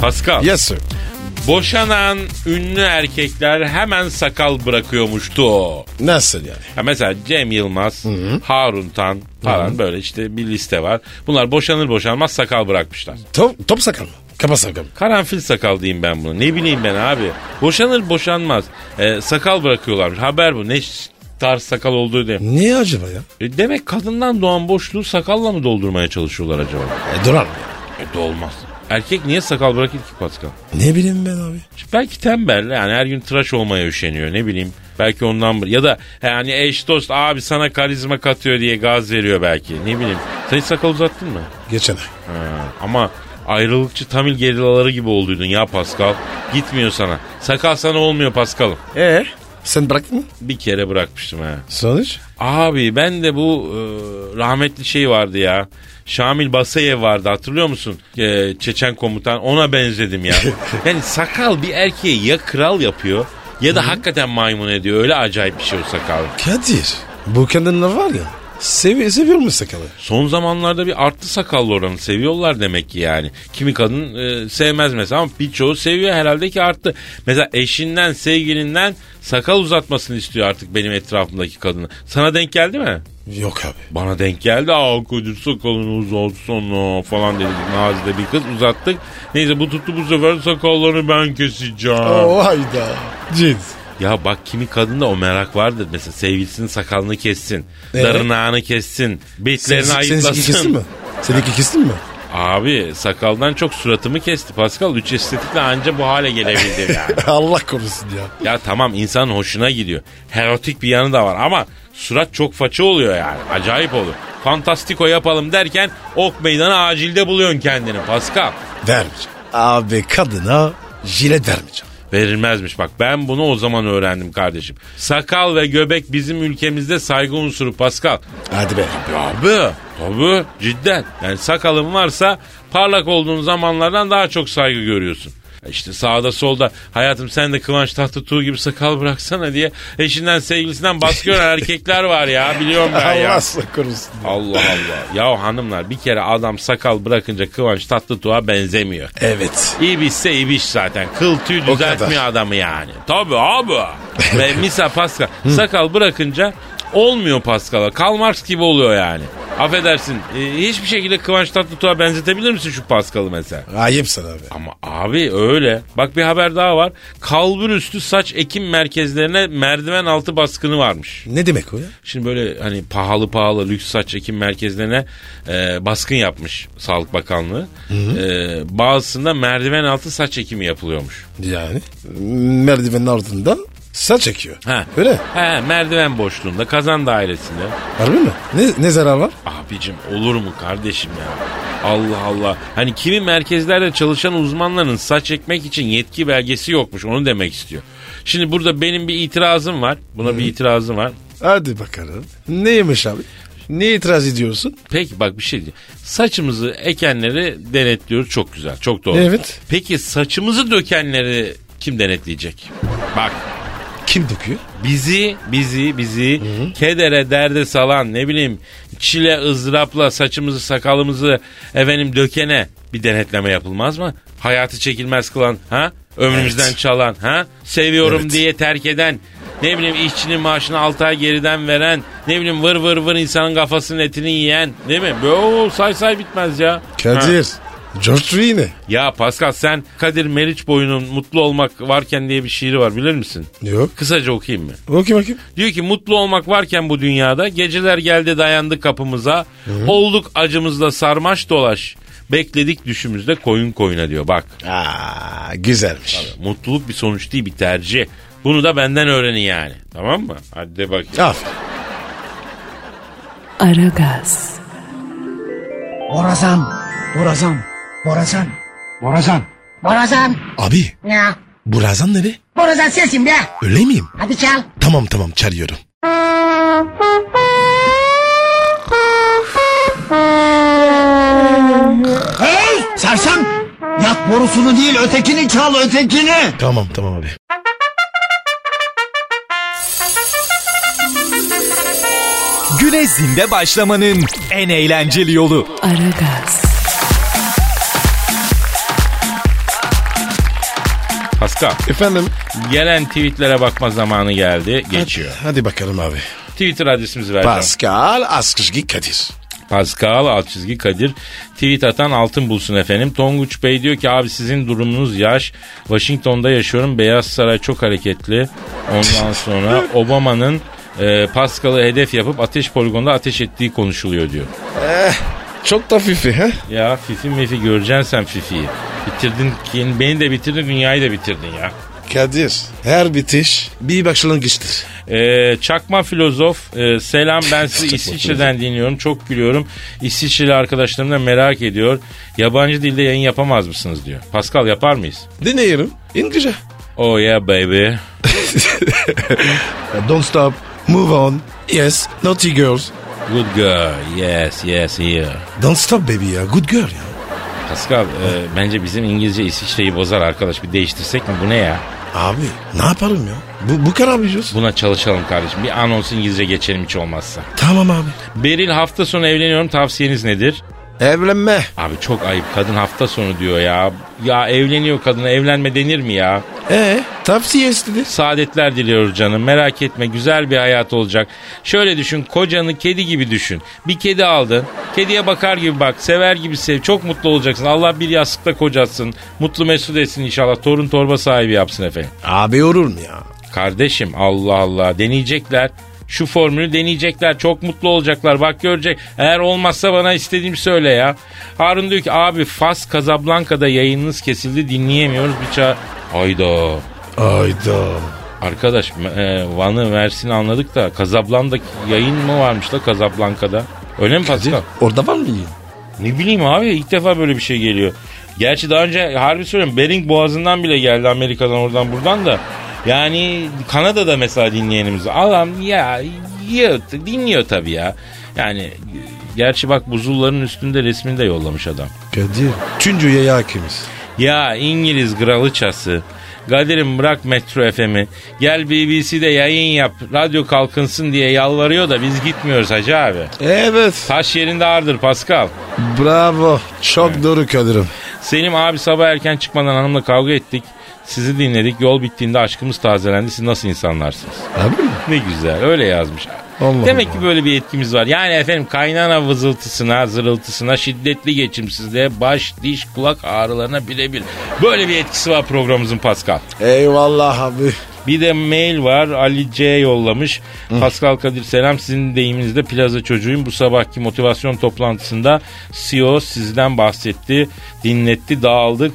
Speaker 2: Pascal.
Speaker 3: Yes sir.
Speaker 2: Boşanan ünlü erkekler hemen sakal bırakıyormuştu.
Speaker 3: Nasıl yani?
Speaker 2: Ya mesela Cem Yılmaz, Harun Tan falan böyle işte bir liste var. Bunlar boşanır boşanmaz sakal bırakmışlar.
Speaker 3: Top, top sakal mı? Kapa sakal mı?
Speaker 2: Karanfil sakal diyeyim ben bunu. Ne bileyim ben abi. Boşanır boşanmaz e, sakal bırakıyorlarmış. Haber bu. Ne ş- tarz sakal olduğu diye.
Speaker 3: Niye acaba ya?
Speaker 2: E, demek kadından doğan boşluğu sakalla mı doldurmaya çalışıyorlar acaba?
Speaker 3: E, durar mı ya?
Speaker 2: E, dolmaz. Erkek niye sakal bırakır ki Pascal?
Speaker 3: Ne bileyim ben abi.
Speaker 2: İşte Belki tembel yani her gün tıraş olmaya üşeniyor ne bileyim. Belki ondan ya da yani eş dost abi sana karizma katıyor diye gaz veriyor belki ne bileyim. Sen hiç sakal uzattın mı?
Speaker 3: Geçen ay.
Speaker 2: Ha, ama ayrılıkçı Tamil gerilaları gibi olduydun ya Pascal. Gitmiyor sana. Sakal sana olmuyor Pascal'ım.
Speaker 3: Ee? Sen bıraktın mı?
Speaker 2: Bir kere bırakmıştım ha.
Speaker 3: Sonuç?
Speaker 2: Abi ben de bu e, rahmetli şey vardı ya. Şamil Basayev vardı hatırlıyor musun? E, Çeçen komutan ona benzedim ya. yani sakal bir erkeği ya kral yapıyor ya da hakikaten maymun ediyor. Öyle acayip bir şey o sakal.
Speaker 3: Kadir. Bu kadınlar var ya. Sevi seviyor mu sakalı?
Speaker 2: Son zamanlarda bir arttı sakallı oranı seviyorlar demek ki yani. Kimi kadın e, sevmez mesela ama birçoğu seviyor herhalde ki arttı. Mesela eşinden sevgilinden sakal uzatmasını istiyor artık benim etrafımdaki kadını. Sana denk geldi mi?
Speaker 3: Yok abi.
Speaker 2: Bana denk geldi. Aa Kadir sakalını uzatsana falan dedik. Nazide bir kız uzattık. Neyse bu tuttu bu sefer sakallarını ben keseceğim.
Speaker 3: Oh, hayda. Cins.
Speaker 2: Ya bak kimi kadında o merak vardır. Mesela sevgilisinin sakalını kessin.
Speaker 3: Evet.
Speaker 2: Darınağını kessin.
Speaker 3: Sen,
Speaker 2: Bitlerini
Speaker 3: sen, seninki kestin
Speaker 2: ayıplasın.
Speaker 3: mi? Seninki kestin mi?
Speaker 2: Abi sakaldan çok suratımı kesti Pascal. Üç estetikle anca bu hale
Speaker 3: <laughs>
Speaker 2: gelebildim yani.
Speaker 3: <laughs> Allah korusun ya.
Speaker 2: ya tamam insan hoşuna gidiyor. Erotik bir yanı da var ama surat çok façı oluyor yani. Acayip olur. Fantastiko yapalım derken ok meydanı acilde buluyorsun kendini Pascal.
Speaker 3: Vermeyeceğim. Abi kadına jilet vermeyeceğim.
Speaker 2: Verilmezmiş bak ben bunu o zaman öğrendim kardeşim. Sakal ve göbek bizim ülkemizde saygı unsuru Pascal.
Speaker 3: Hadi <laughs> be.
Speaker 2: Ya abi tabii cidden. Yani sakalın varsa parlak olduğun zamanlardan daha çok saygı görüyorsun. İşte sağda solda hayatım sen de Kıvanç Tatlıtuğ gibi sakal bıraksana diye eşinden sevgilisinden baskı gören erkekler var ya biliyorum ben ya.
Speaker 3: korusun.
Speaker 2: Allah Allah. Ya hanımlar bir kere adam sakal bırakınca Kıvanç Tatlıtuğ'a benzemiyor.
Speaker 3: Evet.
Speaker 2: İbişse ibiş zaten. Kıl tüy düzeltmiyor
Speaker 3: kadar.
Speaker 2: adamı yani. Tabii abi. Ve misa Pascal sakal bırakınca olmuyor Pascal'a. Karl Marx gibi oluyor yani. Affedersin e, hiçbir şekilde Kıvanç Tatlıtuğ'a benzetebilir misin şu Pascal'ı mesela?
Speaker 3: Ayıp sana abi.
Speaker 2: Ama abi öyle. Bak bir haber daha var. Kalbur üstü saç ekim merkezlerine merdiven altı baskını varmış.
Speaker 3: Ne demek o ya?
Speaker 2: Şimdi böyle hani pahalı pahalı lüks saç ekim merkezlerine e, baskın yapmış Sağlık Bakanlığı. E, bazısında merdiven altı saç ekimi yapılıyormuş.
Speaker 3: Yani merdivenin ardından saç çekiyor.
Speaker 2: Ha.
Speaker 3: Öyle.
Speaker 2: He, merdiven boşluğunda kazan dairesinde.
Speaker 3: Harbi mi? Ne, ne zarar var?
Speaker 2: Abicim olur mu kardeşim ya? Allah Allah. Hani kimi merkezlerde çalışan uzmanların saç ekmek için yetki belgesi yokmuş onu demek istiyor. Şimdi burada benim bir itirazım var. Buna bir itirazım var.
Speaker 3: Hadi bakalım. Neymiş abi? Niye itiraz ediyorsun?
Speaker 2: Peki bak bir şey diyeyim. Saçımızı ekenleri denetliyoruz çok güzel çok doğru.
Speaker 3: Evet.
Speaker 2: Peki saçımızı dökenleri kim denetleyecek? Bak
Speaker 3: Kim döküyor?
Speaker 2: bizi bizi bizi kedere derde salan ne bileyim çile ızdırapla saçımızı sakalımızı efendim dökene bir denetleme yapılmaz mı? Hayatı çekilmez kılan ha? Ömrümüzden
Speaker 3: Evet.
Speaker 2: çalan ha? Seviyorum
Speaker 3: Evet.
Speaker 2: diye terk eden ne bileyim işçinin maaşını 6 ay geriden veren ne bileyim vır vır vır insanın kafasının etini yiyen değil mi? Böyle o say say bitmez ya. Ha.
Speaker 3: Kadir. George Rene.
Speaker 2: Ya Pascal sen Kadir Meriç boyunun mutlu olmak varken diye bir şiiri var bilir misin?
Speaker 3: Yok.
Speaker 2: Kısaca okuyayım mı?
Speaker 3: Bakayım bakayım.
Speaker 2: Diyor ki mutlu olmak varken bu dünyada geceler geldi dayandı kapımıza. Olduk acımızla sarmaş dolaş. Bekledik düşümüzde koyun koyuna diyor bak.
Speaker 3: Aa, güzelmiş.
Speaker 2: Mutluluk bir sonuç değil bir tercih. Bunu da benden öğrenin yani. Tamam mı? Hadi de bakayım.
Speaker 3: Aferin.
Speaker 1: Aragaz,
Speaker 4: Borazan, Borazan, Borazan, Borazan.
Speaker 9: Borazan.
Speaker 7: Abi
Speaker 9: Ne?
Speaker 7: bu Razan ne be?
Speaker 9: Borazan sensin be.
Speaker 7: Öyle miyim?
Speaker 9: Hadi çal.
Speaker 7: Tamam tamam çağırıyorum.
Speaker 4: Hey sersem! Yak borusunu değil ötekini çal ötekini.
Speaker 7: Tamam tamam abi.
Speaker 6: Güne zinde başlamanın en eğlenceli yolu.
Speaker 1: Aragaz,
Speaker 2: Pascal
Speaker 3: Efendim.
Speaker 2: gelen tweetlere bakma zamanı geldi. Geçiyor.
Speaker 3: Hadi bakalım abi.
Speaker 2: Twitter adresimizi vereceğim.
Speaker 3: Pascal Askışgi Kadir.
Speaker 2: Pascal alt çizgi Kadir tweet atan altın bulsun efendim. Tonguç Bey diyor ki abi sizin durumunuz yaş. Washington'da yaşıyorum. Beyaz Saray çok hareketli. Ondan sonra Obama'nın e, Pascal'ı hedef yapıp ateş poligonda ateş ettiği konuşuluyor diyor.
Speaker 3: Eh, Çok da fifi he?
Speaker 2: Ya Fifi Mifi göreceksin sen Fifi'yi. Bitirdin ki beni de bitirdin dünyayı da bitirdin ya.
Speaker 3: Kadir. Her bitiş bir başlangıçtır.
Speaker 2: Ee, çakma filozof e, selam ben sizi İsviçre'den dinliyorum çok gülüyorum İsviçreli arkadaşlarım da merak ediyor yabancı dilde yayın yapamaz mısınız diyor Pascal yapar mıyız?
Speaker 3: Dinleyelim. İngilizce.
Speaker 2: Oh yeah baby
Speaker 3: Don't stop. Move on. Yes. Naughty girls.
Speaker 2: good girl yes yes yeah
Speaker 3: Don't stop baby ya. Good girl ya.
Speaker 2: Pascal e, bence bizim İngilizce İsviçre'yi bozar arkadaş bir değiştirsek mi bu ne ya
Speaker 3: Abi ne yaparım ya? Bu, bu kadar mı yiyoruz?
Speaker 2: buna çalışalım kardeşim bir anons İngilizce geçelim hiç olmazsa
Speaker 3: Tamam abi.
Speaker 2: Beril hafta sonu evleniyorum tavsiyeniz nedir?
Speaker 3: Evlenme.
Speaker 2: Abi çok ayıp kadın hafta sonu diyor ya ya evleniyor kadına evlenme denir mi ya?
Speaker 3: Ee, tavsiye istedi.
Speaker 2: Saadetler diliyoruz canım. Merak etme güzel bir hayat olacak. Şöyle düşün kocanı kedi gibi düşün. Bir kedi aldın. Kediye bakar gibi bak. Sever gibi sev. Çok mutlu olacaksın. Allah bir yastıkta kocatsın. Mutlu mesut etsin inşallah. Torun torba sahibi yapsın efendim.
Speaker 3: Abi olur mu ya?
Speaker 2: Kardeşim Allah Allah deneyecekler. Şu formülü deneyecekler. Çok mutlu olacaklar. Bak görecek. Eğer olmazsa bana istediğimi söyle ya. Harun diyor ki abi Fas Kazablanka'da yayınınız kesildi. Dinleyemiyoruz. Bir ça- Hayda.
Speaker 3: Ayda.
Speaker 2: Arkadaş e, Van'ı versin anladık da Kazablanka'da yayın mı varmış la Kazablanka'da? Öyle mi Pascal?
Speaker 3: Orada var mı yiyin?
Speaker 2: Ne bileyim abi ilk defa böyle bir şey geliyor. Gerçi daha önce harbi söylüyorum Bering Boğazı'ndan bile geldi Amerika'dan oradan buradan da. Yani Kanada'da mesela dinleyenimiz. Adam ya yiyor, dinliyor tabii ya. Yani gerçi bak buzulların üstünde resmini de yollamış adam.
Speaker 3: Kadir. Tüncü'ye hakimiz.
Speaker 2: Ya İngiliz kralıçası. Kadir'im bırak Metro FM'i. Gel BBC'de yayın yap. Radyo kalkınsın diye yalvarıyor da biz gitmiyoruz hacı abi.
Speaker 3: Evet.
Speaker 2: Taş yerinde ağırdır Pascal.
Speaker 3: Bravo. Çok doğru Kadir'im.
Speaker 2: Selim abi sabah erken çıkmadan hanımla kavga ettik. Sizi dinledik. Yol bittiğinde aşkımız tazelendi. Siz nasıl insanlarsınız?
Speaker 3: Abi mi?
Speaker 2: Ne güzel. Öyle yazmış.
Speaker 3: Allah
Speaker 2: Demek
Speaker 3: Allah.
Speaker 2: ki böyle bir etkimiz var. Yani efendim kaynana vızıltısına, zırıltısına, şiddetli geçimsizliğe, baş, diş, kulak ağrılarına birebir. Böyle bir etkisi var programımızın Pascal.
Speaker 3: Eyvallah abi.
Speaker 2: Bir de mail var Ali C yollamış. Pascal Kadir selam sizin deyiminizde plaza çocuğuyum. Bu sabahki motivasyon toplantısında CEO sizden bahsetti, dinletti, dağıldık.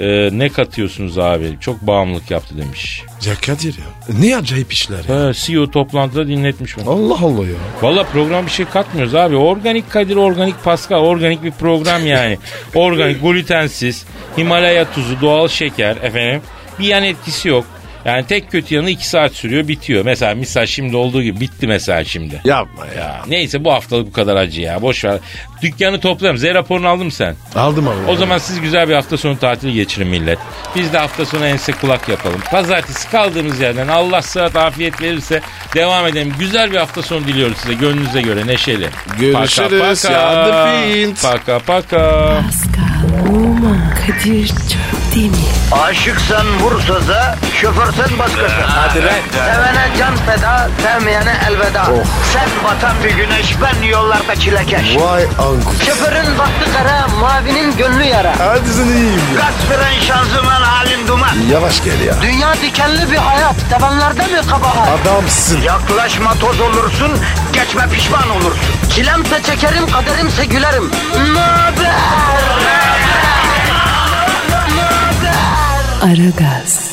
Speaker 2: Ee, ne katıyorsunuz abi? Çok bağımlılık yaptı demiş.
Speaker 3: Ya Kadir ya. Ne acayip işler ya.
Speaker 2: He, CEO toplantıda dinletmiş bunu.
Speaker 3: Allah Allah ya.
Speaker 2: Valla program bir şey katmıyoruz abi. Organik Kadir, organik Pascal, organik bir program yani. organik, glutensiz, Himalaya tuzu, doğal şeker efendim. Bir yan etkisi yok. Yani tek kötü yanı 2 saat sürüyor bitiyor. Mesela misal şimdi olduğu gibi bitti mesela şimdi.
Speaker 3: Yapma ya.
Speaker 2: Ya, neyse bu haftalık bu kadar acı ya boş ver. Dükkanı toplayalım. Z raporunu aldın mı sen?
Speaker 3: Aldım abi.
Speaker 2: O zaman siz güzel bir hafta sonu tatili geçirin millet. Biz de hafta sonu ense kulak yapalım. Pazartesi kaldığımız yerden Allah sıhhat afiyet verirse devam edelim. Güzel bir hafta sonu diliyoruz size. Gönlünüze göre neşeli.
Speaker 3: Görüşürüz.
Speaker 2: Paka
Speaker 3: Ya,
Speaker 2: paka.
Speaker 3: the beans.
Speaker 2: Paka paka.
Speaker 1: Pascal, Oman, Kadir çok değil mi?
Speaker 5: Aşıksan vursa da, şoförsen başkasın. Hadi lan. Oh. Sevene can feda, sevmeyene elveda. Sen batan bir güneş, ben yollarda çilekeş.
Speaker 3: Vay anku.
Speaker 5: Şoförün baktı kara, mavinin gönlü yara.
Speaker 3: Hadi sen iyiyim ya.
Speaker 5: Kasperen şanzıman halin duman.
Speaker 3: Yavaş gel ya.
Speaker 5: Dünya dikenli bir hayat, sevenlerde mi kabahar?
Speaker 3: Adamsın.
Speaker 5: Yaklaşma toz olursun, geçme pişman olursun. Çilemse çekerim, kaderimse gülerim. Möber!
Speaker 1: Aragaz.